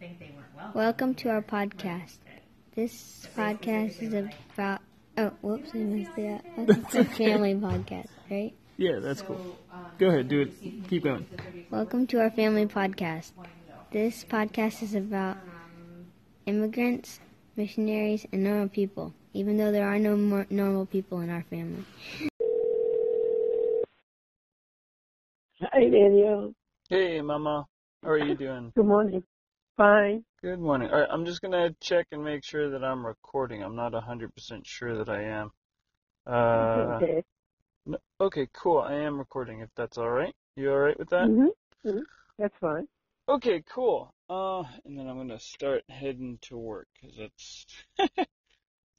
think they weren't welcome. Welcome to our podcast. This podcast is about oh, whoops, I missed that. That's a family podcast, right? Yeah, that's cool. Go ahead, do it. Keep going. Welcome to our family podcast. This podcast is about immigrants, missionaries, and normal people, even though there are no more normal people in our family. Hi, Danielle. Hey, Mama. How are you doing? Good morning. Fine. Good morning. All right, I'm just gonna check and make sure that I'm recording. I'm not 100% sure that I am. Uh, okay. no- okay, cool. I am recording if that's all right. You all right with that? hmm That's fine. Okay, cool. Uh, and then I'm gonna start heading to work because that's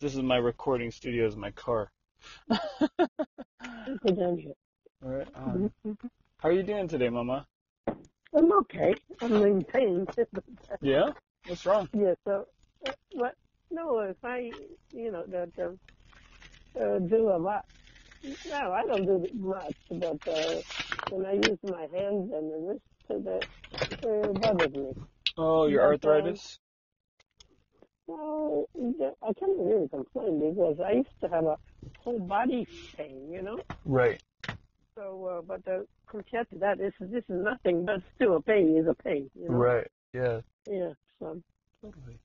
this is my recording studio is my car. all Good on you. right. Um, how are you doing today, Mama? I'm okay. I'm in pain. Yeah. What's wrong? yeah, so, uh, what? No, if I, you know, that um, uh, do a lot. No, I don't do much, but uh, when I use my hands and the wrist to that, uh, bothers me. Oh, your Nothing. arthritis. Well, I can't really complain because I used to have a whole body pain, you know? Right. So, uh, but uh, compared to that, this is this is nothing. But still, a pain is a pain. You know? Right. Yeah. Yeah. So, Totally.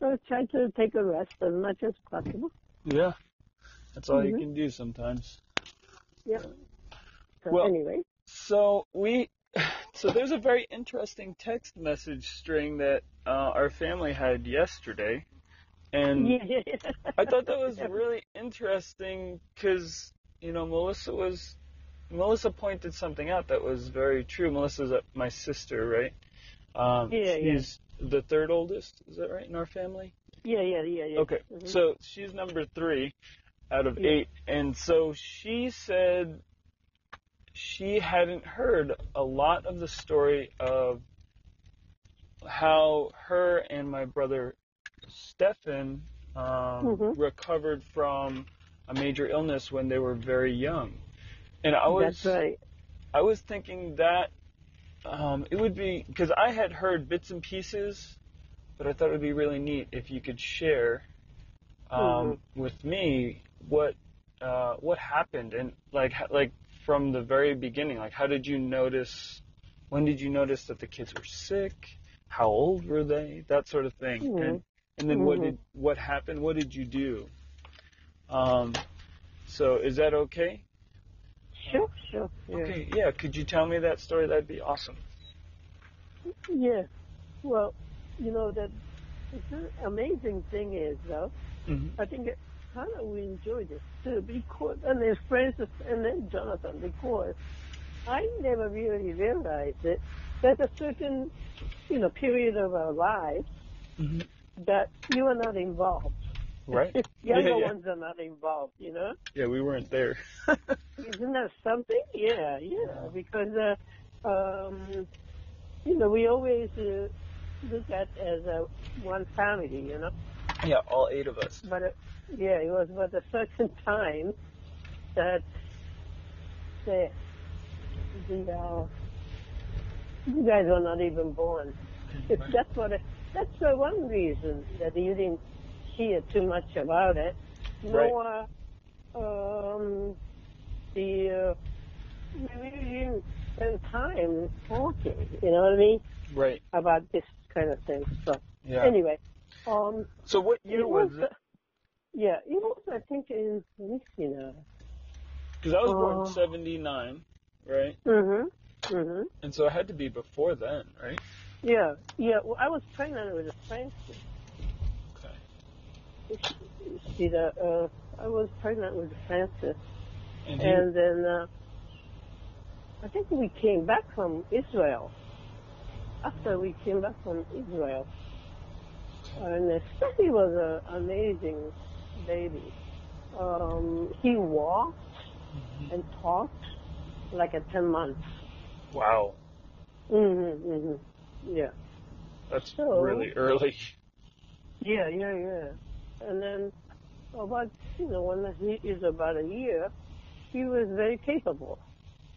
so try to take a rest as much as possible. Yeah. That's all you Mhm. can do sometimes. So Well- anyway, So we, so there's a very interesting text message string that uh, our family had yesterday, and yeah. I thought that was really interesting because you know Melissa was Melissa pointed something out that was very true. Melissa's uh, my sister, right? Um, Yeah, yeah. she's the third oldest. Is that right in our family? yeah, yeah, yeah, yeah. Okay, Mhm. so she's number three out of Yeah. eight, and so she said she hadn't heard a lot of the story of how her and my brother Stefan um, Mhm. recovered from a major illness when they were very young, and I was That's right. I was thinking that um, it would be because I had heard bits and pieces, but I thought it would be really neat if you could share um, Mhm. with me what uh, what happened and like h- like from the very beginning. Like, how did you notice? When did you notice that the kids were sick? How old were they? That sort of thing. Mhm. And and then what Mhm. did what happened? What did you do? Um, so is that okay? Sure, sure. Yeah. Okay. Yeah. Could you tell me that story? That'd be awesome. Yeah. Well, you know that the amazing thing is though. hmm I think it kind of we enjoyed it too because, and then Francis and then Jonathan because I never really realized it. There's a certain, you know, period of our lives Mhm. that you are not involved. Right. Younger Yeah, yeah. ones are not involved, you know? Yeah, we weren't there. Isn't that something? Yeah, yeah. Because, uh, um, you know, we always uh, look at as a one family, you know? yeah, all eight of us. But uh, yeah, it was but a certain time that the the uh, you guys were not even born. If that's what it, that's the one reason that you didn't hear too much about it. Nor um, the uh, we really didn't spend time talking. You know what I mean Right. about this kind of thing. So Yeah. anyway, um, so what year it was it? Yeah, it was I think in let me see now. Because I was born Uh, in '79, right? Mhm. Mhm. And so it had to be before then, right? Yeah. Yeah. Well, I was pregnant with a Francis. Okay. See that? Uh, I was pregnant with Francis, And, he, and then uh, I think we came back from Israel. After we came back from Israel, and uh, Steffi was an amazing baby. Um, he walked and talked like at ten months. wow, Mhm. Mhm. Yeah. that's So- really early. Yeah, yeah, yeah. And then about you know when he is about a year, he was very capable.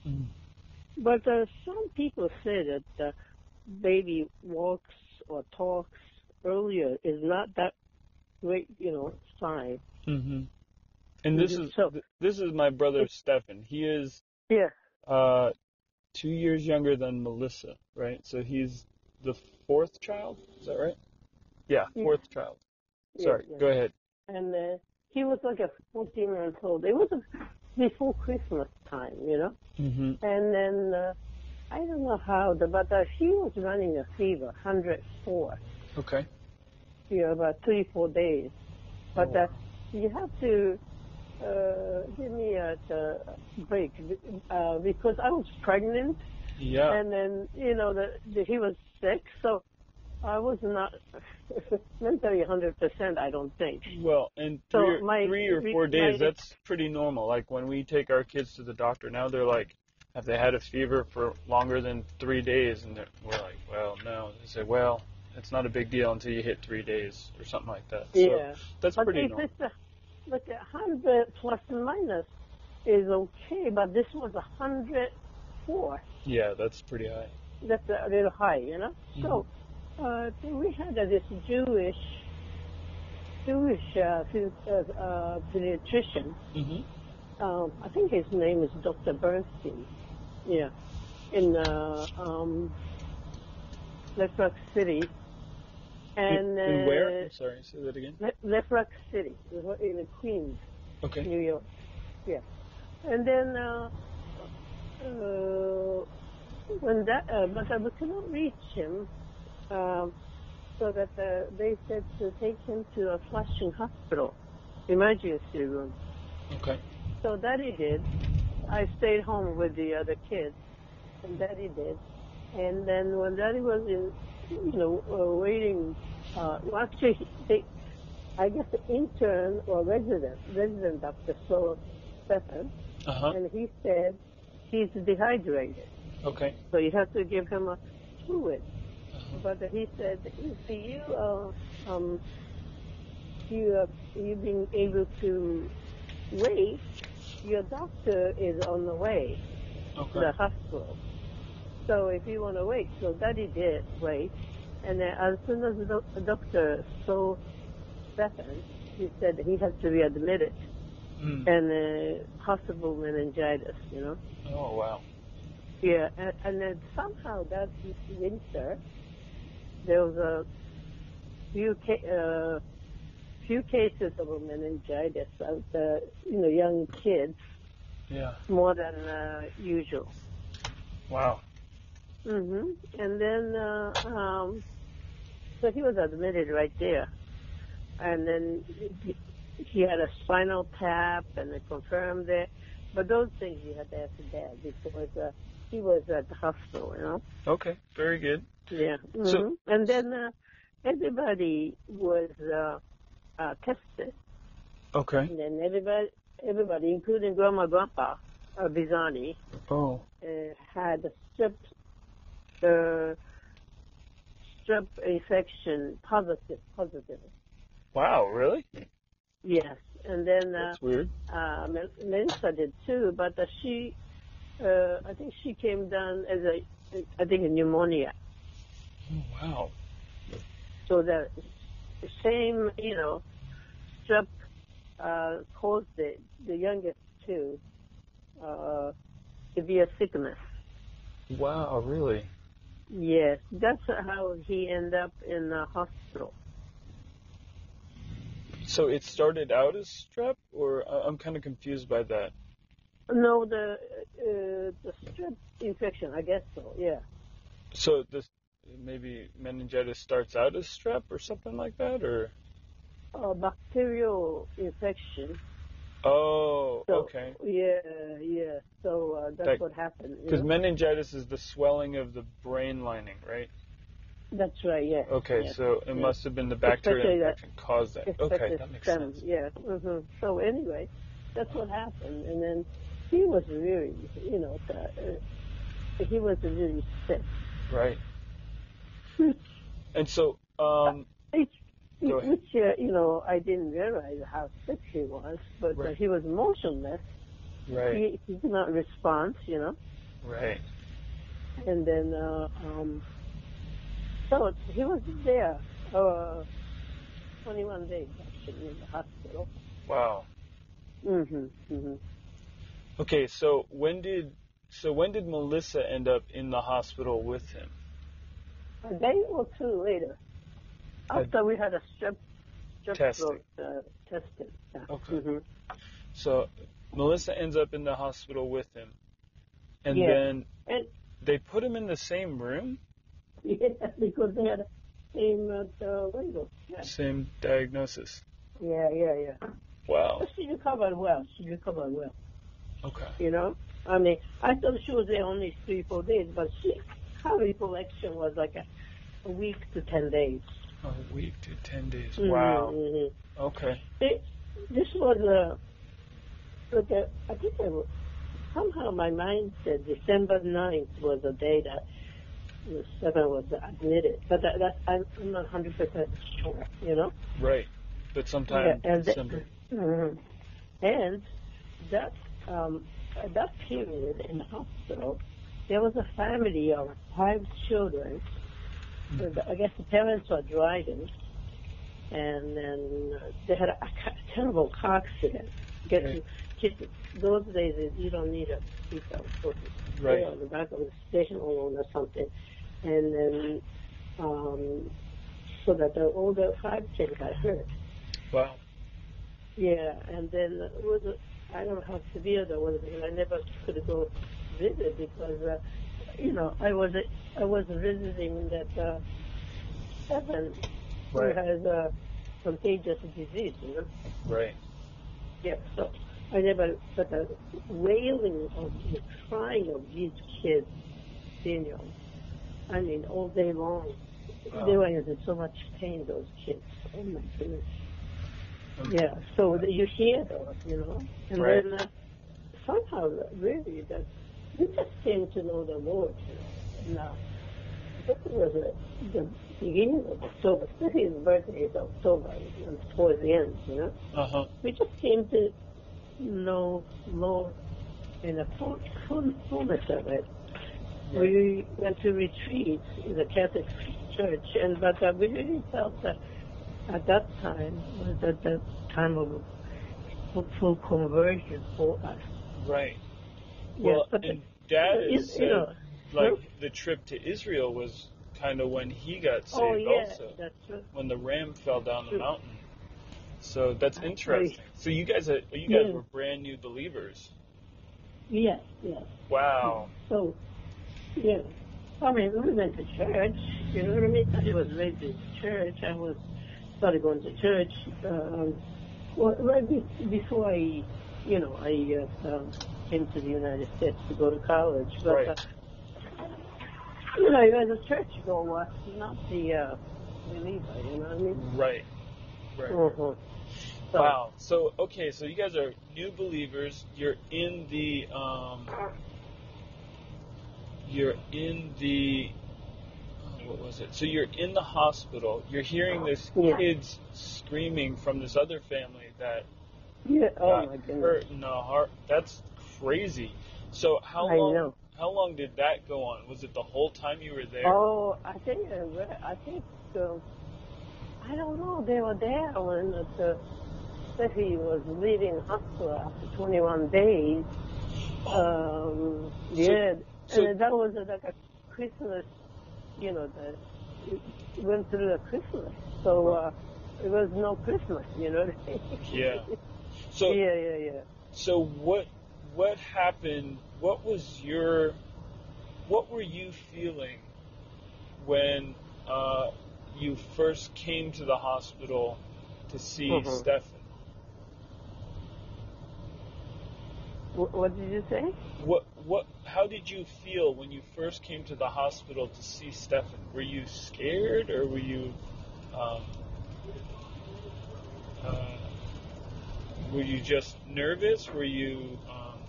Mm. But uh, some people say that the baby walks uh, or talks not that great, you know, size. hmm And this Mhm. is So- th- this is my brother Stefan. He is Yeah, uh, two years younger than Melissa, right? So he's the fourth child. Is that right? Yeah, Yeah. fourth child. yeah, Sorry, yeah. go ahead. And uh, he was like a 14 month old. It was before Christmas time, you know. hmm And then uh, I don't know how, the, but uh, she was running a fever, 104, Okay. you know, about three, four days. But Oh, uh, you have to uh, give me a, a break uh, because I was pregnant, Yeah. and then you know the, the, he was sick, so I was not mentally 100%. I don't think. Well, in So three, or- my- three or re- four days, my- that's pretty normal. Like when we take our kids to the doctor now, they're like, have they had a fever for longer than three days? And they're- we're like, well, no. They say, well, it's not a big deal until you hit three days or something like that. Yeah. So that's But pretty if normal. it's a, look, a hundred plus and minus is okay, but this was a hundred four. Yeah, that's pretty high. That's a little high, you know. Mm-hmm. So uh, then we had uh, this Jewish Jewish uh, phys- uh, uh, pediatrician. hmm Um, I think his name is Dr. Bernstein. Yeah, in uh, um, Left Rock City. And in, in where? uh, I'm sorry, say that again. Le- Left Rock City, in Queens. Okay. New York. Yeah. And then uh, uh, when that, uh, but I could not reach him, um, so that uh, they said to take him to a Flushing hospital, emergency room. Okay. So Daddy did. I stayed home with the other kids, and Daddy did. And then when Daddy was in, you know, uh, waiting, uh, well, actually, they, I guess the intern or resident, resident doctor saw Stefan, Uh huh. and he said he's dehydrated, Okay. so you have to give him a fluid. But he said, if you, uh, um, you, uh, you've been able to wait, your doctor is on the way to Okay. the hospital. So if you want to wait, so daddy did wait. And then as soon as the doc- the doctor saw Stefan, he said he had to be admitted Mm. and uh, possible meningitis, you know. Oh wow. Yeah, and, and then somehow that winter, there was a few ca- uh, few cases of meningitis of the you know young kids Yeah. more than uh, usual. Wow. hmm And then uh, um, so he was admitted right there, and then he, he had a spinal tap, and they confirmed it. But those things you had to ask dad because uh, he was at the hospital, you know. Okay. Very good. Yeah. hmm So- and then uh, everybody was uh, uh, tested, Okay. and then everybody, everybody, including Grandma Grandpa uh, Bizani, Oh. uh, had a strep, uh, strep infection positive, positive. Wow. Really? Yes. And then uh, That's weird. uh, Mel- Melissa did too, but uh, she, uh, I think she came down as a, I think a pneumonia. Oh, wow. So the same, you know, strep uh, caused the, the youngest two uh, severe sickness. Wow, really? Yes, that's how he ended up in the hospital. So it started out as strep, or I- I'm kind of confused by that. No, the uh, the strep infection, I guess so. Yeah, So this maybe meningitis starts out as strep or something like that, or a bacterial infection. oh, So, okay. Yeah, yeah. So uh, that's Like- what happened. you Because know? meningitis is the swelling of the brain lining, right? That's right. Yeah. Okay, yeah. so it yeah. must have been the bacterial Especially that- infection caused that. Okay, infected that makes stem. sense. Yeah. hmm So anyway, that's what happened, and then he was really, you know, the, uh, he was really sick. Right. And so, um, Which, Go ahead. which uh, you know, I didn't realize how sick he was, but uh, Right. he was motionless. right, He, he did not respond, you know. right. And then, uh, um, so he was there uh, 21 days actually in the hospital. Wow. Mm-hmm. Mm-hmm. Okay, so when did so when did Melissa end up in the hospital with him? A day or two later, A- after we had a strep, strep Testing. throat uh, tested. Yeah. Okay. hmm So Melissa ends up in the hospital with him. And Yeah. then And they put him in the same room, yeah, because they had same uh, uh, label. Yeah. same diagnosis. yeah, yeah, yeah. Wow. But she recovered well. She recovered well. Okay. You know, I mean, I thought she was there only three, four days, but she, her recollection was like a, a week to ten days. A week to 10 days. Wow. hmm Okay. It, this was a, like a, I think I, wa- somehow my mind said December 9th was the day that the seven was admitted, but that, that I'm I'm not 100% sure, you know? Right. But sometime Yeah, and the- December. Mhm. And that um, at that period in the hospital, there was a family of five children. Hmm. And I guess the parents were driving, and then uh, they had a ca- terrible car accident. Get Right. kids, those days you don't need a seatbelt for Right. there on the back of the station alone or something. And then, um, so that the older five kids got hurt. Wow. Yeah, and then it was I don't know how severe that was because I never could go visit because uh, you know I was I was visiting that uh, seven Right. who has a contagious disease. You know? Right. Yeah, so I never but the wailing of the crying of these kids, you know, I mean all day long. They Wow. were in so much pain. Those kids. Oh my goodness. Okay. Yeah, so that you hear those, you know, and Right. then uh, somehow, really, that we just came to know the Lord. You know. Now, this was the, the beginning of October. This is his birthday is October, and towards the end, you know. Uh-huh. We just came to know Lord in the full, full fullness of it. We went to retreat in the Catholic Church, and but uh, we really felt that at that time was at the time of full, full conversion for us. Right. Yes, Well, but the- and Dad the- is you know, like Hmm? the trip to Israel was kind of when he got saved oh yeah, also. that's true. when the ram fell down the True. mountain. So that's Right. interesting. So you guys are you guys Yeah. were brand new believers. Yes, yes. Wow. So, yeah. I mean, we went to church. You know what I mean? I was raised in church. I was started going to church. Um, well, right be- before I, you know, I uh, um, came to the United States to go to college. But, Right. uh, you know, as a churchgoer, not the uh, believer. You know what I mean? Right. Right. Mhm. So, Wow. So okay, so you guys are new believers. You're in the um you're in the oh, what was it? So you're in the hospital. You're hearing this Yeah. kids screaming from this other family that Yeah. Oh got my goodness. hurt in the heart. That's crazy. So how I long know. how long did that go on? Was it the whole time you were there? Oh, I think I read. I think so. I don't know. They were there when the that he was leaving hospital after 21 days. Um, yeah, so- and that was like a Christmas. You know, the it went through the Christmas, so uh, it was no Christmas. You know. what I mean? Yeah. So yeah, yeah, yeah. so what what happened? What was your what were you feeling when uh, you first came to the hospital to see Mhm. Stefan? Wh- what did you say? What what how did you feel when you first came to the hospital to see Stefan? Were you scared or were you um, uh, were you just nervous? Were you um,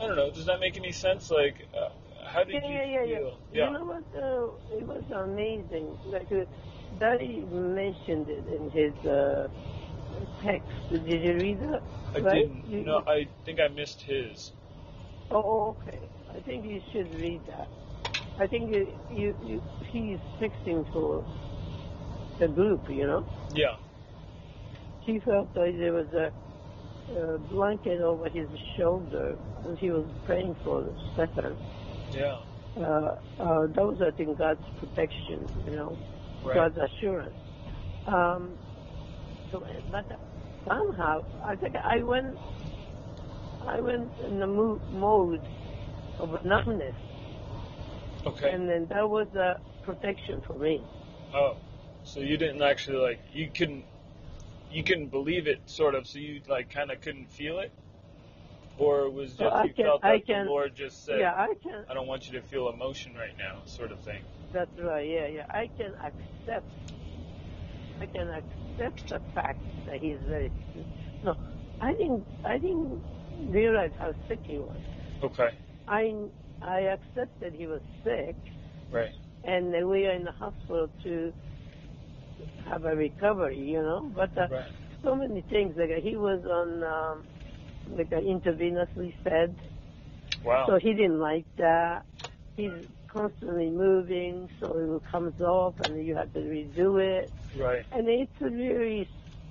I don't know. Does that make any sense? Like, uh, how did yeah, you yeah, yeah, feel? yeah. You know what? Uh, it was amazing. Like uh, Daddy mentioned it in his uh, text. Did you read that? I right? didn't. You- No, I think I missed his. Oh, okay. I think you should read that. I think you, you, you he's fixing to the group, you know. Yeah. He felt like there was a, a blanket over his shoulder as he was praying for Stefan. Yeah. Uh, uh, that was, I think, God's protection, you know, Right. God's assurance. Um, so, but somehow, I think I went, I went in the mo- mode of numbness, Okay. and then that was a protection for me. oh, so you didn't actually like you couldn't you couldn't believe it, sort of. So you like kind of couldn't feel it, or it was just Well, I you can- felt I that can- the Lord just said, Yeah, I can. "I don't want you to feel emotion right now," sort of thing. That's right. Yeah, yeah. I can accept. I can accept the fact that he's very. No, I didn't. I didn't realize how sick he was. Okay. I I accepted he was sick, Right. and that we are in the hospital to have a recovery. You know, but uh, Right. so many things. Like uh, he was on um, like an intravenously fed, Wow. so he didn't like that. He's constantly moving, so it comes off, and then you have to redo it. right. And it's really,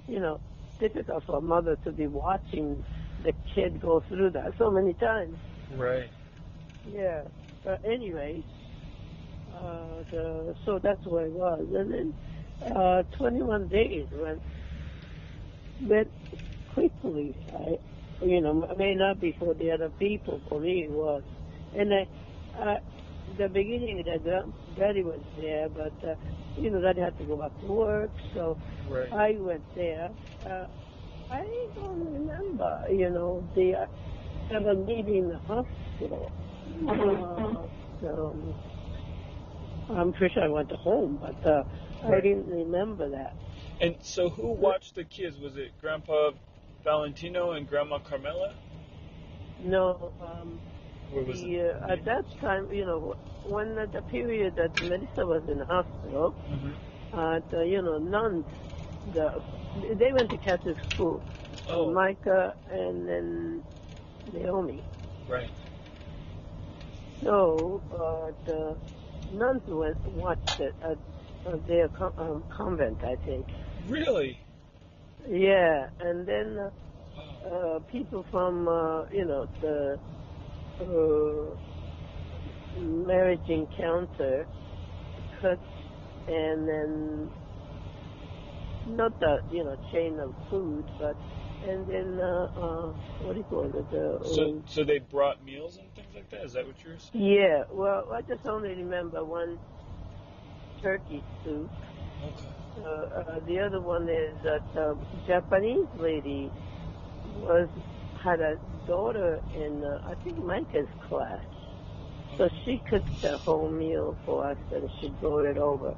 you know, difficult for a mother to be watching the kid go through that so many times. Right. Yeah. But anyway, uh, the, so that's where I was. And then uh, 21 days went, went quickly. I, you know, I may not be for the other people, for me it was. And I, uh, the beginning, the grand- daddy was there, but, uh, you know, daddy had to go back to work, so Right. I went there. Uh, I don't remember, you know, the uh, ever leaving the hospital. Uh, so I'm pretty sure I went home, but uh, I Right. didn't remember that. And so, who watched the kids? Was it Grandpa Valentino and Grandma Carmela? No, um, Or was it? the, uh, at that time, you know, when at the period that Melissa was in the hospital, Mhm. uh, the, you know, nuns, the, they went to Catholic school. Oh, Micah and then Naomi. right. So uh, the nuns went watched it at, at their con- um, convent, I think. Really? Yeah, and then uh, Wow. uh, people from uh, you know the uh, marriage encounter, cuts, and then not the you know chain of food, but and then uh, uh, what do you call it? The, So, so they brought meals and things like that. Is that what you're saying? Yeah, well, I just only remember one turkey soup. Okay. Uh, uh, the other one is that the Japanese lady was had a daughter in uh, I think Micah's class, so she cooked the whole meal for us and she brought it over.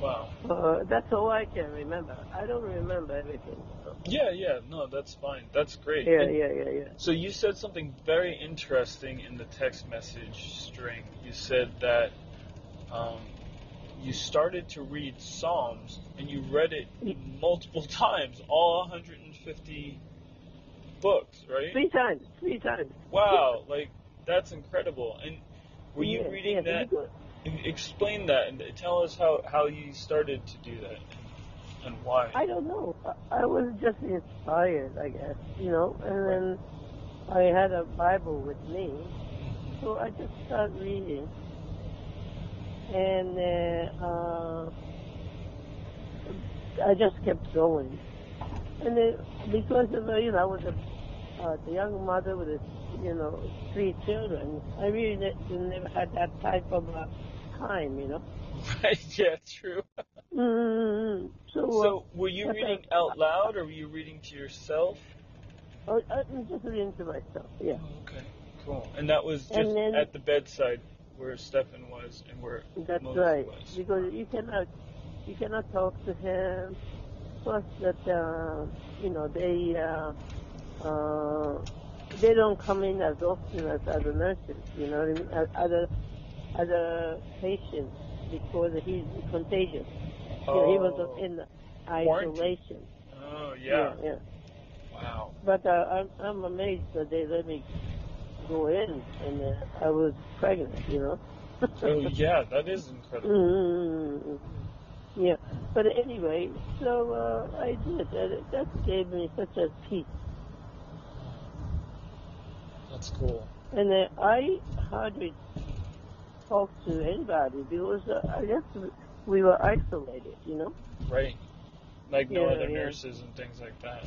Wow. Uh, that's all I can remember. I don't remember everything. Yeah, yeah. No, that's fine. That's great. Yeah, And yeah, yeah, yeah. So you said something very interesting in the text message string. You said that um, you started to read Psalms and you read it multiple times, all 150 books, right? Three times, three times. Wow, like that's incredible. And were you Yeah, reading yeah, that? because- Explain that and tell us how how you started to do that and why. I don't know. I, I was just inspired, I guess, you know. And then I had a Bible with me, so I just started reading. And uh, uh, I just kept going. And then because of uh, you know I was a uh, the young mother with a, you know three children, I really ne- never had that type of uh, time, you know. Right? Yeah, true. mm So, uh, So, were you Okay. reading out loud or were you reading to yourself? Oh, I'm just reading to myself. Yeah. Okay, cool. And that was just And then- at the bedside where Stefan was and where That's Moses right. was. Because you cannot, you cannot talk to him. Plus that, uh, you know, they, uh, uh, they don't come in as often as other nurses, you know, what I mean, as other, other patients because he's contagious. You know, he was in Oh. Quarantine. isolation. Oh, yeah. yeah. Wow. But uh, I'm, I'm amazed that they let me go in and uh, I was pregnant, you know. Oh, yeah, that is incredible. Mm-hmm. Yeah. But anyway, so uh, I did. That, that gave me such a peace. That's cool. And then I hardly talked to anybody because uh, I guess we were isolated, you know? Right. Like no Yeah, other yeah. nurses and things like that.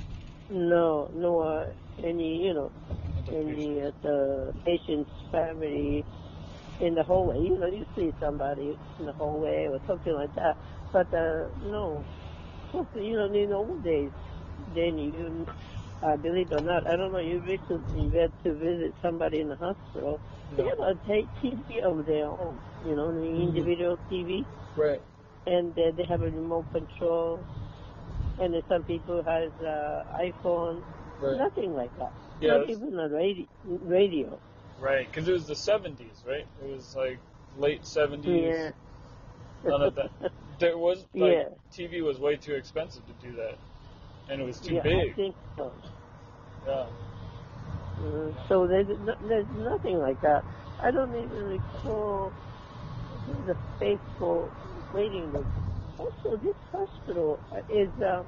No, no, uh, any, you know, Other in patients. the, uh, the patient's family in the hallway. You know, you see somebody in the hallway or something like that. But uh, no, Plus, you know, in the old days, then you, uh, believe it or not, I don't know, you recently went to visit somebody in the hospital. They Yeah. have a ta- TV of their own, you know, the individual TV, Right. and uh, they have a remote control. And then some people has uh, iPhone, Right. nothing like that. Yeah, Not that's- even a radi- radio. Right. Because it was the 70s, right? It was like late 70s. Yeah. None of that. There was like Yeah. TV was way too expensive to do that, and it was too yeah, I big. think so. Yeah. Uh, so there's, no, there's nothing like that. I don't even recall the faithful waiting list. Also, this hospital uh, is uh,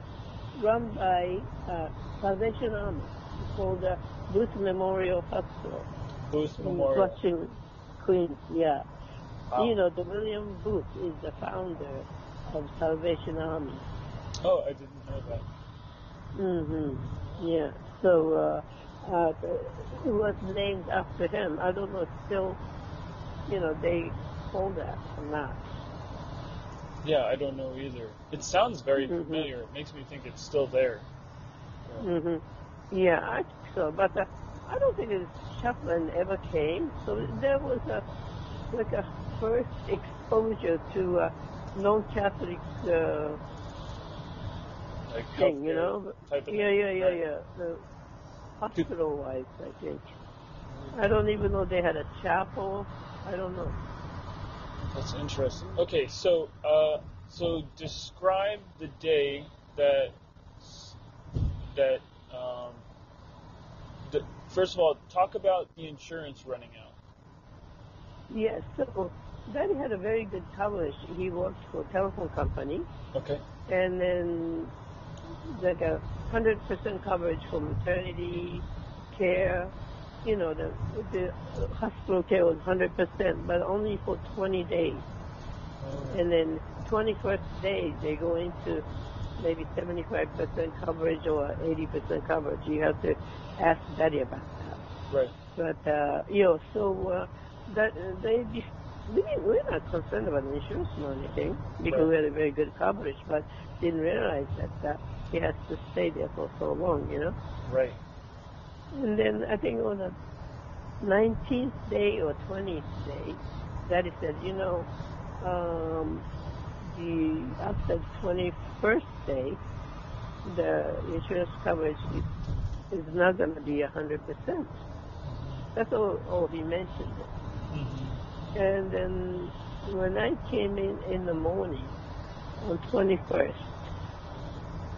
run by uh, Salvation Army. It's called uh, Booth Memorial Hospital Booth in Memorial. Flushing, Queens. Yeah. Wow. You know, the William Booth is the founder of Salvation Army. Oh, I didn't know that. hmm Yeah. So uh, uh, it was named after him. I don't know if still, you know, they hold that or not. Yeah, I don't know either. It sounds very Mhm. familiar. It makes me think it's still there. hmm Yeah, I think so. But uh, I don't think his chaplain ever came. So there was a like a first exposure to uh, non-Catholic uh, Like thing, you healthcare know. type of Yeah, thing. yeah, yeah, Right. yeah. The hospital-wise, I think. I don't even know they had a chapel. I don't know. That's interesting. Okay, so uh, so describe the day that that um, the, first of all, talk about the insurance running out. Yes, so Daddy had a very good coverage. He worked for a telephone company, Okay. and then like a hundred percent coverage for maternity care. You know, the the hospital care was hundred percent, but only for twenty days. And then twenty first day they go into maybe seventy five percent coverage or eighty percent coverage. You have to ask Daddy about that. Right. But uh, you know, so uh, that uh, they be, we didn't, we're not concerned about the insurance or anything because we had a very good coverage, but didn't realize that uh, he has to stay there for so long, you know. Right. And then I think on the 19th day or 20th day, Daddy said, you know, um, the after 21st day, the insurance coverage is, is not going to be 100%. That's all, all he mentioned. Mm-hmm. And then when I came in in the morning on 21st,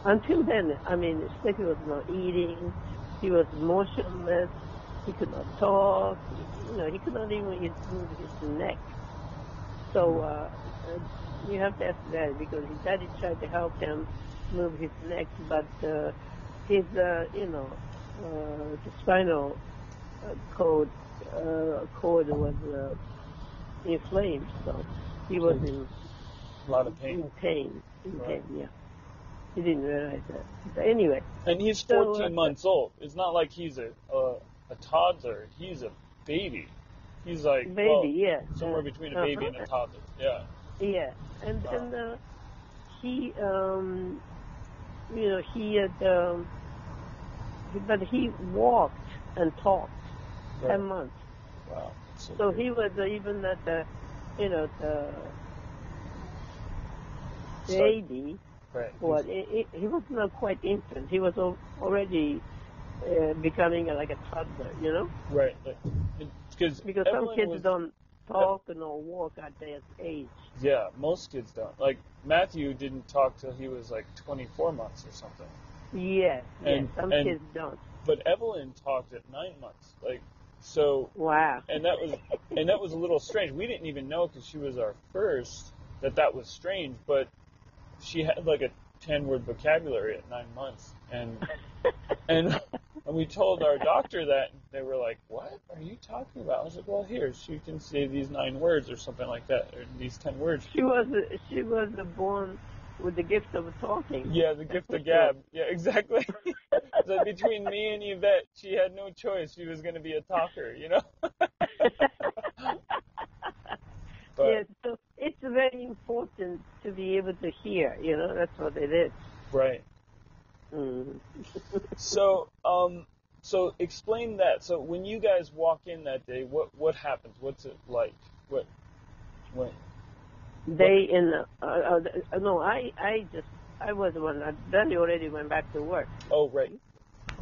until then, I mean, Sticky was not eating. He was motionless. He could not talk. You know, he could not even eat move his neck. So uh, uh, you have to ask Daddy because his daddy tried to help him move his neck, but uh, his, uh, you know, uh, the spinal uh, cord, uh, cord was uh, inflamed, so he was in A lot of pain. in pain. In pain, yeah. He didn't realize that. But anyway, And he's So, uh, 14 months old. It's not like he's a, a a toddler. He's a baby. He's like baby, well, yeah. somewhere Uh, between a baby and a uh-huh. toddler. Uh-huh. Yeah. Yeah, and Wow. and uh, he, um, you know, he had, um, but he walked and talked Right. ten months. Wow. That's so, Um, So weird. he was uh, even at the, you know, the Psych- baby. right. Well, he, he was not quite infant. He was al- already uh, becoming like a toddler, you know. Right. Because Because some kids was, don't talk or walk at their age. Yeah, most kids don't. Like Matthew didn't talk till he was like 24 months or something. Yes, And- yes, some and- kids don't. But Evelyn talked at nine months. Like so, Wow. and that was and that was a little strange. We didn't even know because she was our first that that was strange. But she had like a ten word vocabulary at nine months, and and and we told our doctor that and they were like, "What are you talking about?" I was like, "Well, here she can say these nine words or something like that, or these ten words." She was she was born with the gift of talking. Yeah, the gift of gab. Yeah, exactly. so between me and Yvette, she had no choice. She was going to be a talker, you know. but yes, so it's very important to be able to hear. You know, that's what it is. right. Mm. So um, so explain that. So when you guys walk in that day, what what happens? What's it like? What what? They in the, uh, uh, uh, no, I I just I was the one. Danny already went back to work, Oh, right.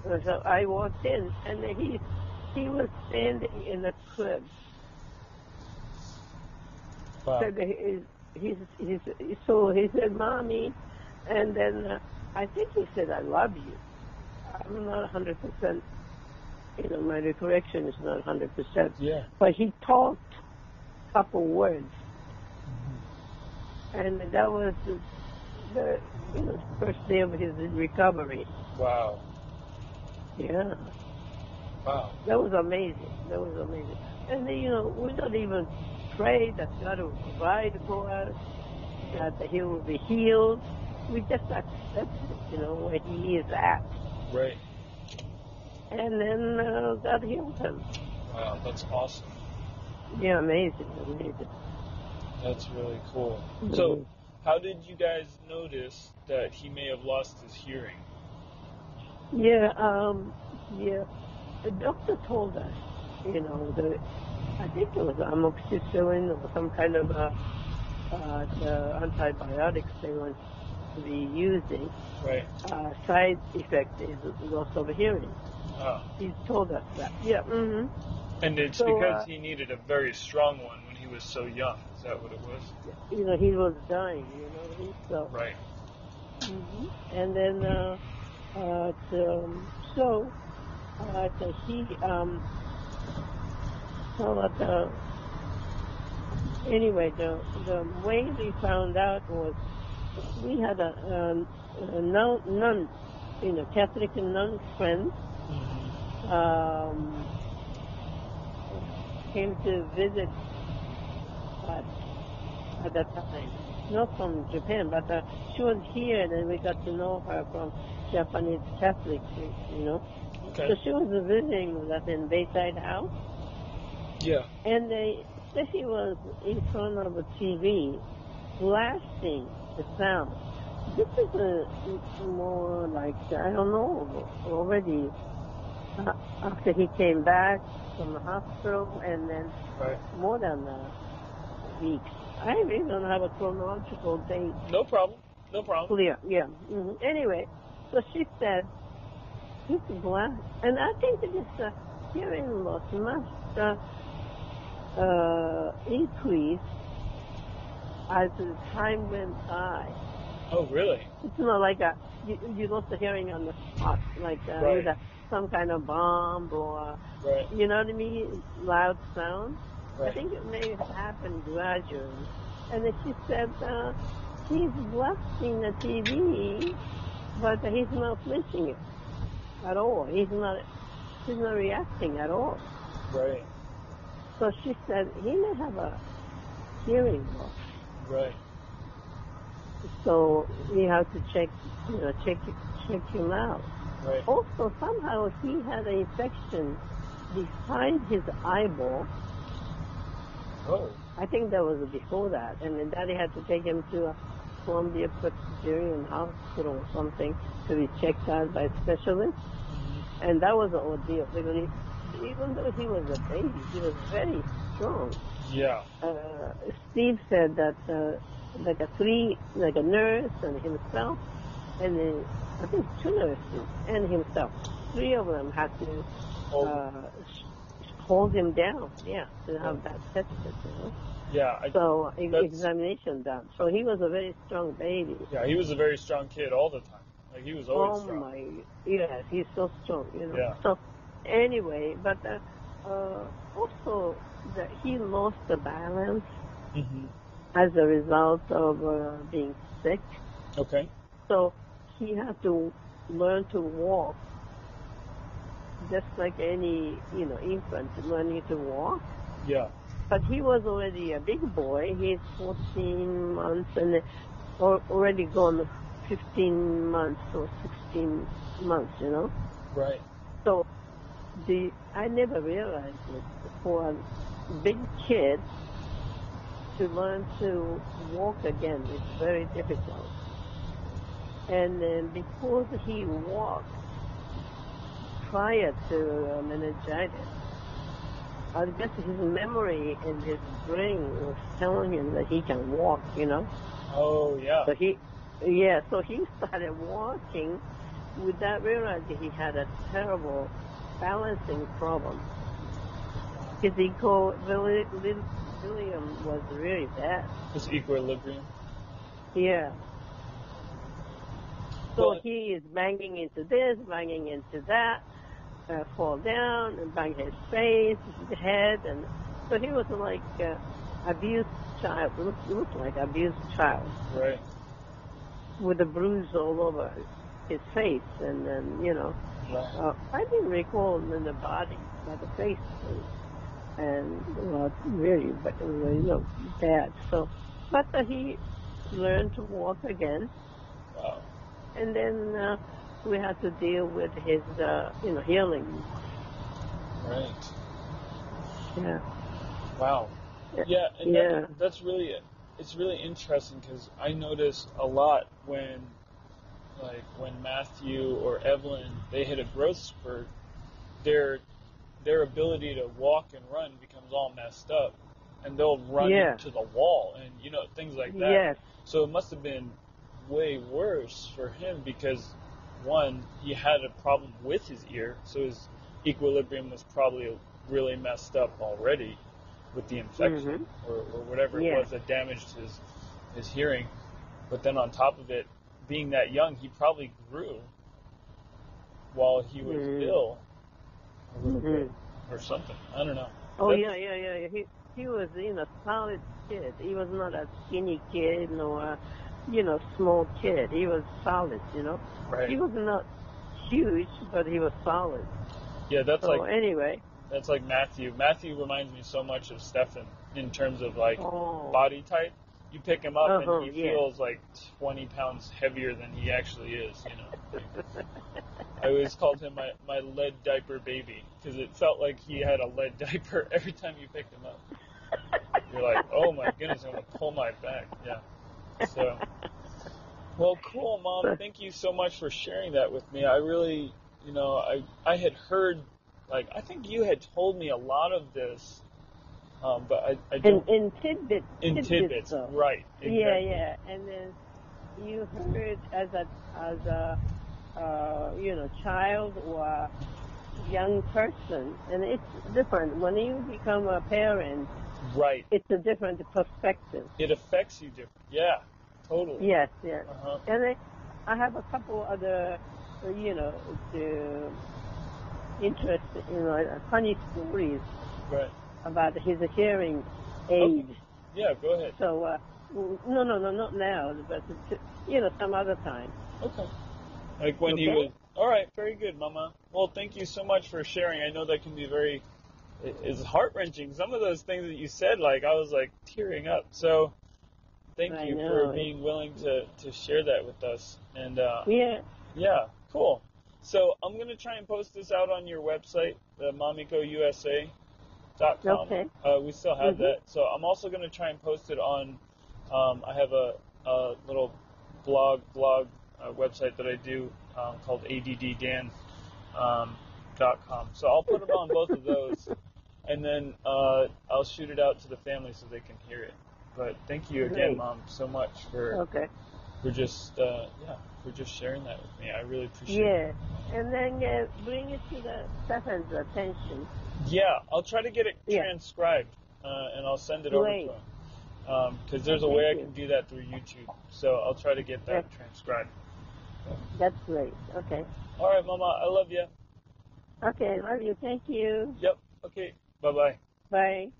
And so I walked in, and he he was standing in the crib. Wow. said that he- he's, he's, he's, so he said, "Mommy," and then uh, I think he said, "I love you." I'm not 100 percent. You know, my recollection is not 100 percent, Yeah. but he talked a couple words, Mm-hmm. and that was the, the you know first day of his recovery. Wow. Yeah, Wow. that was amazing. That was amazing. And then, you know, we don't even pray that God will provide for us. that he will be healed. We just accept it, you know, where he is at. Right. And then uh, God healed him. Wow. That's awesome. Yeah, amazing, amazing. That's really cool. So, Mm-hmm. how did you guys notice that he may have lost his hearing? Yeah, um, yeah. The doctor told us, you know, the, I think it was amoxicillin or some kind of uh uh, the antibiotics they want to be using. Right. Uh, side effect is loss of hearing. Oh. He told us that. Yeah. Mm-hmm. And it's So, because uh, he needed a very strong one when he was so young. Is that what it was? You know, he was dying. You know, he- so. Right. And then, uh, uh, um, so, uh, so he, um, so that, uh, anyway, the, the way we found out was we had a, um, a nun, nun, you know, Catholic nun friend, um, came to visit us at that time. Not from Japan, but uh, she was here, and then we got to know her from Japanese Catholic, you know. Okay. So she was visiting with us in Bayside House, Yeah. and they said she was in front of a TV, blasting the sound. This is a it's more like I don't know already. Uh, after he came back from the hospital, and then Right. more than a week. I really don't have a chronological date No problem. No problem. clear. Yeah. hmm Anyway, so she said, "This is glass," and I think that this uh, hearing loss must uh, uh, increase as the time went by. Oh, really? It's not like a you, you lost the hearing on the spot, like uh, Right. with a, some kind of bomb or Right. you know what I mean, loud sound. I Right. think it may have happened gradually. And then she said, uh, he's watching the TV, but he's not listening at all. He's not, he's not reacting at all. Right. So she said, he may have a hearing loss. Right. So we have to check, you know, check, check him out. Right. Also, somehow he had an infection behind his eyeball. Oh. I think that was before that, and then Daddy had to take him to a Columbia Presbyterian Hospital or something to be checked out by specialists, and that was an ordeal because he, even though he was a baby, he was very strong. Yeah. Uh, Steve said that uh, like a three, like a nurse and himself, and then I think two nurses and himself, three of them had to Oh. uh, sh- hold him down, yeah, to have that tested. You know? Yeah. I, So e- That's- examination done. So he was a very strong baby. yeah. He was a very strong kid all the time. Like he was always oh strong. my, yes, he's so strong. You know. Yeah. So anyway, but uh, uh, also that he lost the balance Mm-hmm. as a result of uh, being sick. Okay. So he had to learn to walk, just like any, you know, infant learning to walk. Yeah. But he was already a big boy. He's 14 months and al- already gone 15 months or 16 months, you know. Right. So the I never realized it for a big kid to learn to walk again is very difficult. And then because he walked prior to uh, meningitis, I guess his memory and his brain was telling him that he can walk, you know. Oh yeah. So he, yeah, so he started walking without realizing he had a terrible balancing problem. His equilibrium was really bad. It's equilibrium. Yeah. So Well- he is banging into this, banging into that, uh, fall down, and bang his face, his head, and so he was like uh, abused child. Looked, looked like abused child. Right. with a bruise all over his face, and then you know, Right. uh, I didn't recall in the body, but the face, was, and well, really, but it was, you know, bad. So, but uh, he learned to walk again, Wow. and then uh, we had to deal with his, uh, you know, healing. Right. Yeah, Wow. Yeah. Yeah, and Yeah. That, that's really it's really interesting because I noticed a lot when like when Matthew or Evelyn they hit a growth spurt, their their ability to walk and run becomes all messed up, and they'll run Yeah. into the wall and you know things like that. yes, So it must have been way worse for him because one, he had a problem with his ear, so his equilibrium was probably really messed up already with the infection or, or whatever Mm-hmm. Yeah. it was that damaged his his hearing. But then on top of it, being that young, he probably grew while he was Mhm. ill a little Mhm. bit or something. I don't know. Oh That's- yeah, yeah, yeah. yeah. He he was you know solid kid. He was not a skinny kid nor a, you know small kid. He was solid. You know, Right. he was not huge, but he was solid. Yeah, that's so like anyway, That's like Matthew. Matthew reminds me so much of Stefan in terms of like oh body type. You pick him up Uh-huh, and he yeah. feels like 20 pounds heavier than he actually is. You know, Like, I always called him my my lead diaper baby because it felt like he had a lead diaper every time you picked him up. You're like, oh my goodness, I'm gonna pull my back. Yeah. So, well, cool, mom. Thank you so much for sharing that with me. I really, you know, I I had heard, like, I think you had told me a lot of this, um, but I I in don't in tidbits. in tidbits, though. right? Yeah, exactly. yeah. And then you heard as a as a uh, you know child or a young person, and it's different when you become a parent. Right. it's a different perspective. It affects you different. Yeah. Totally. Yes, yes. Uh-huh. And I, I have a couple other, uh, you know, the interest, you know, uh, funny stories Right. about his hearing aid. Yeah. Go ahead. So, uh, w- no, no, no, not now, but it's, you know, some other time. Okay. Like when he Okay. was. All right, very good, Mama. Well, thank you so much for sharing. I know that can be very, it- it's heart wrenching. Some of those things that you said, like I was like tearing up. So, thank I you know. for being willing to to share that with us. And uh, Yeah. yeah, cool. So I'm gonna try and post this out on your website, the MamikoUSA.com. Okay. Uh, we still have Mhm. that. So I'm also gonna try and post it on. Um, I have a, a little blog blog uh, website that I do um, called adddan.com. Um, dot com. so I'll put it on both of those, and then uh, I'll shoot it out to the family so they can hear it. But thank you again, Great. mom, so much for Okay. for just uh, yeah for just sharing that with me. I really appreciate it. Yeah. And then uh, bring it to the Stefan's attention. Yeah, I'll try to get it Yeah. transcribed uh, and I'll send it over Great. to him because there's a Thank way I you. can do that through YouTube. So I'll try to get that Yeah. transcribed. That's great. Okay. All right, Mama, I love you. Okay. Love you. Thank you. Yep. Okay. Bye bye. Bye.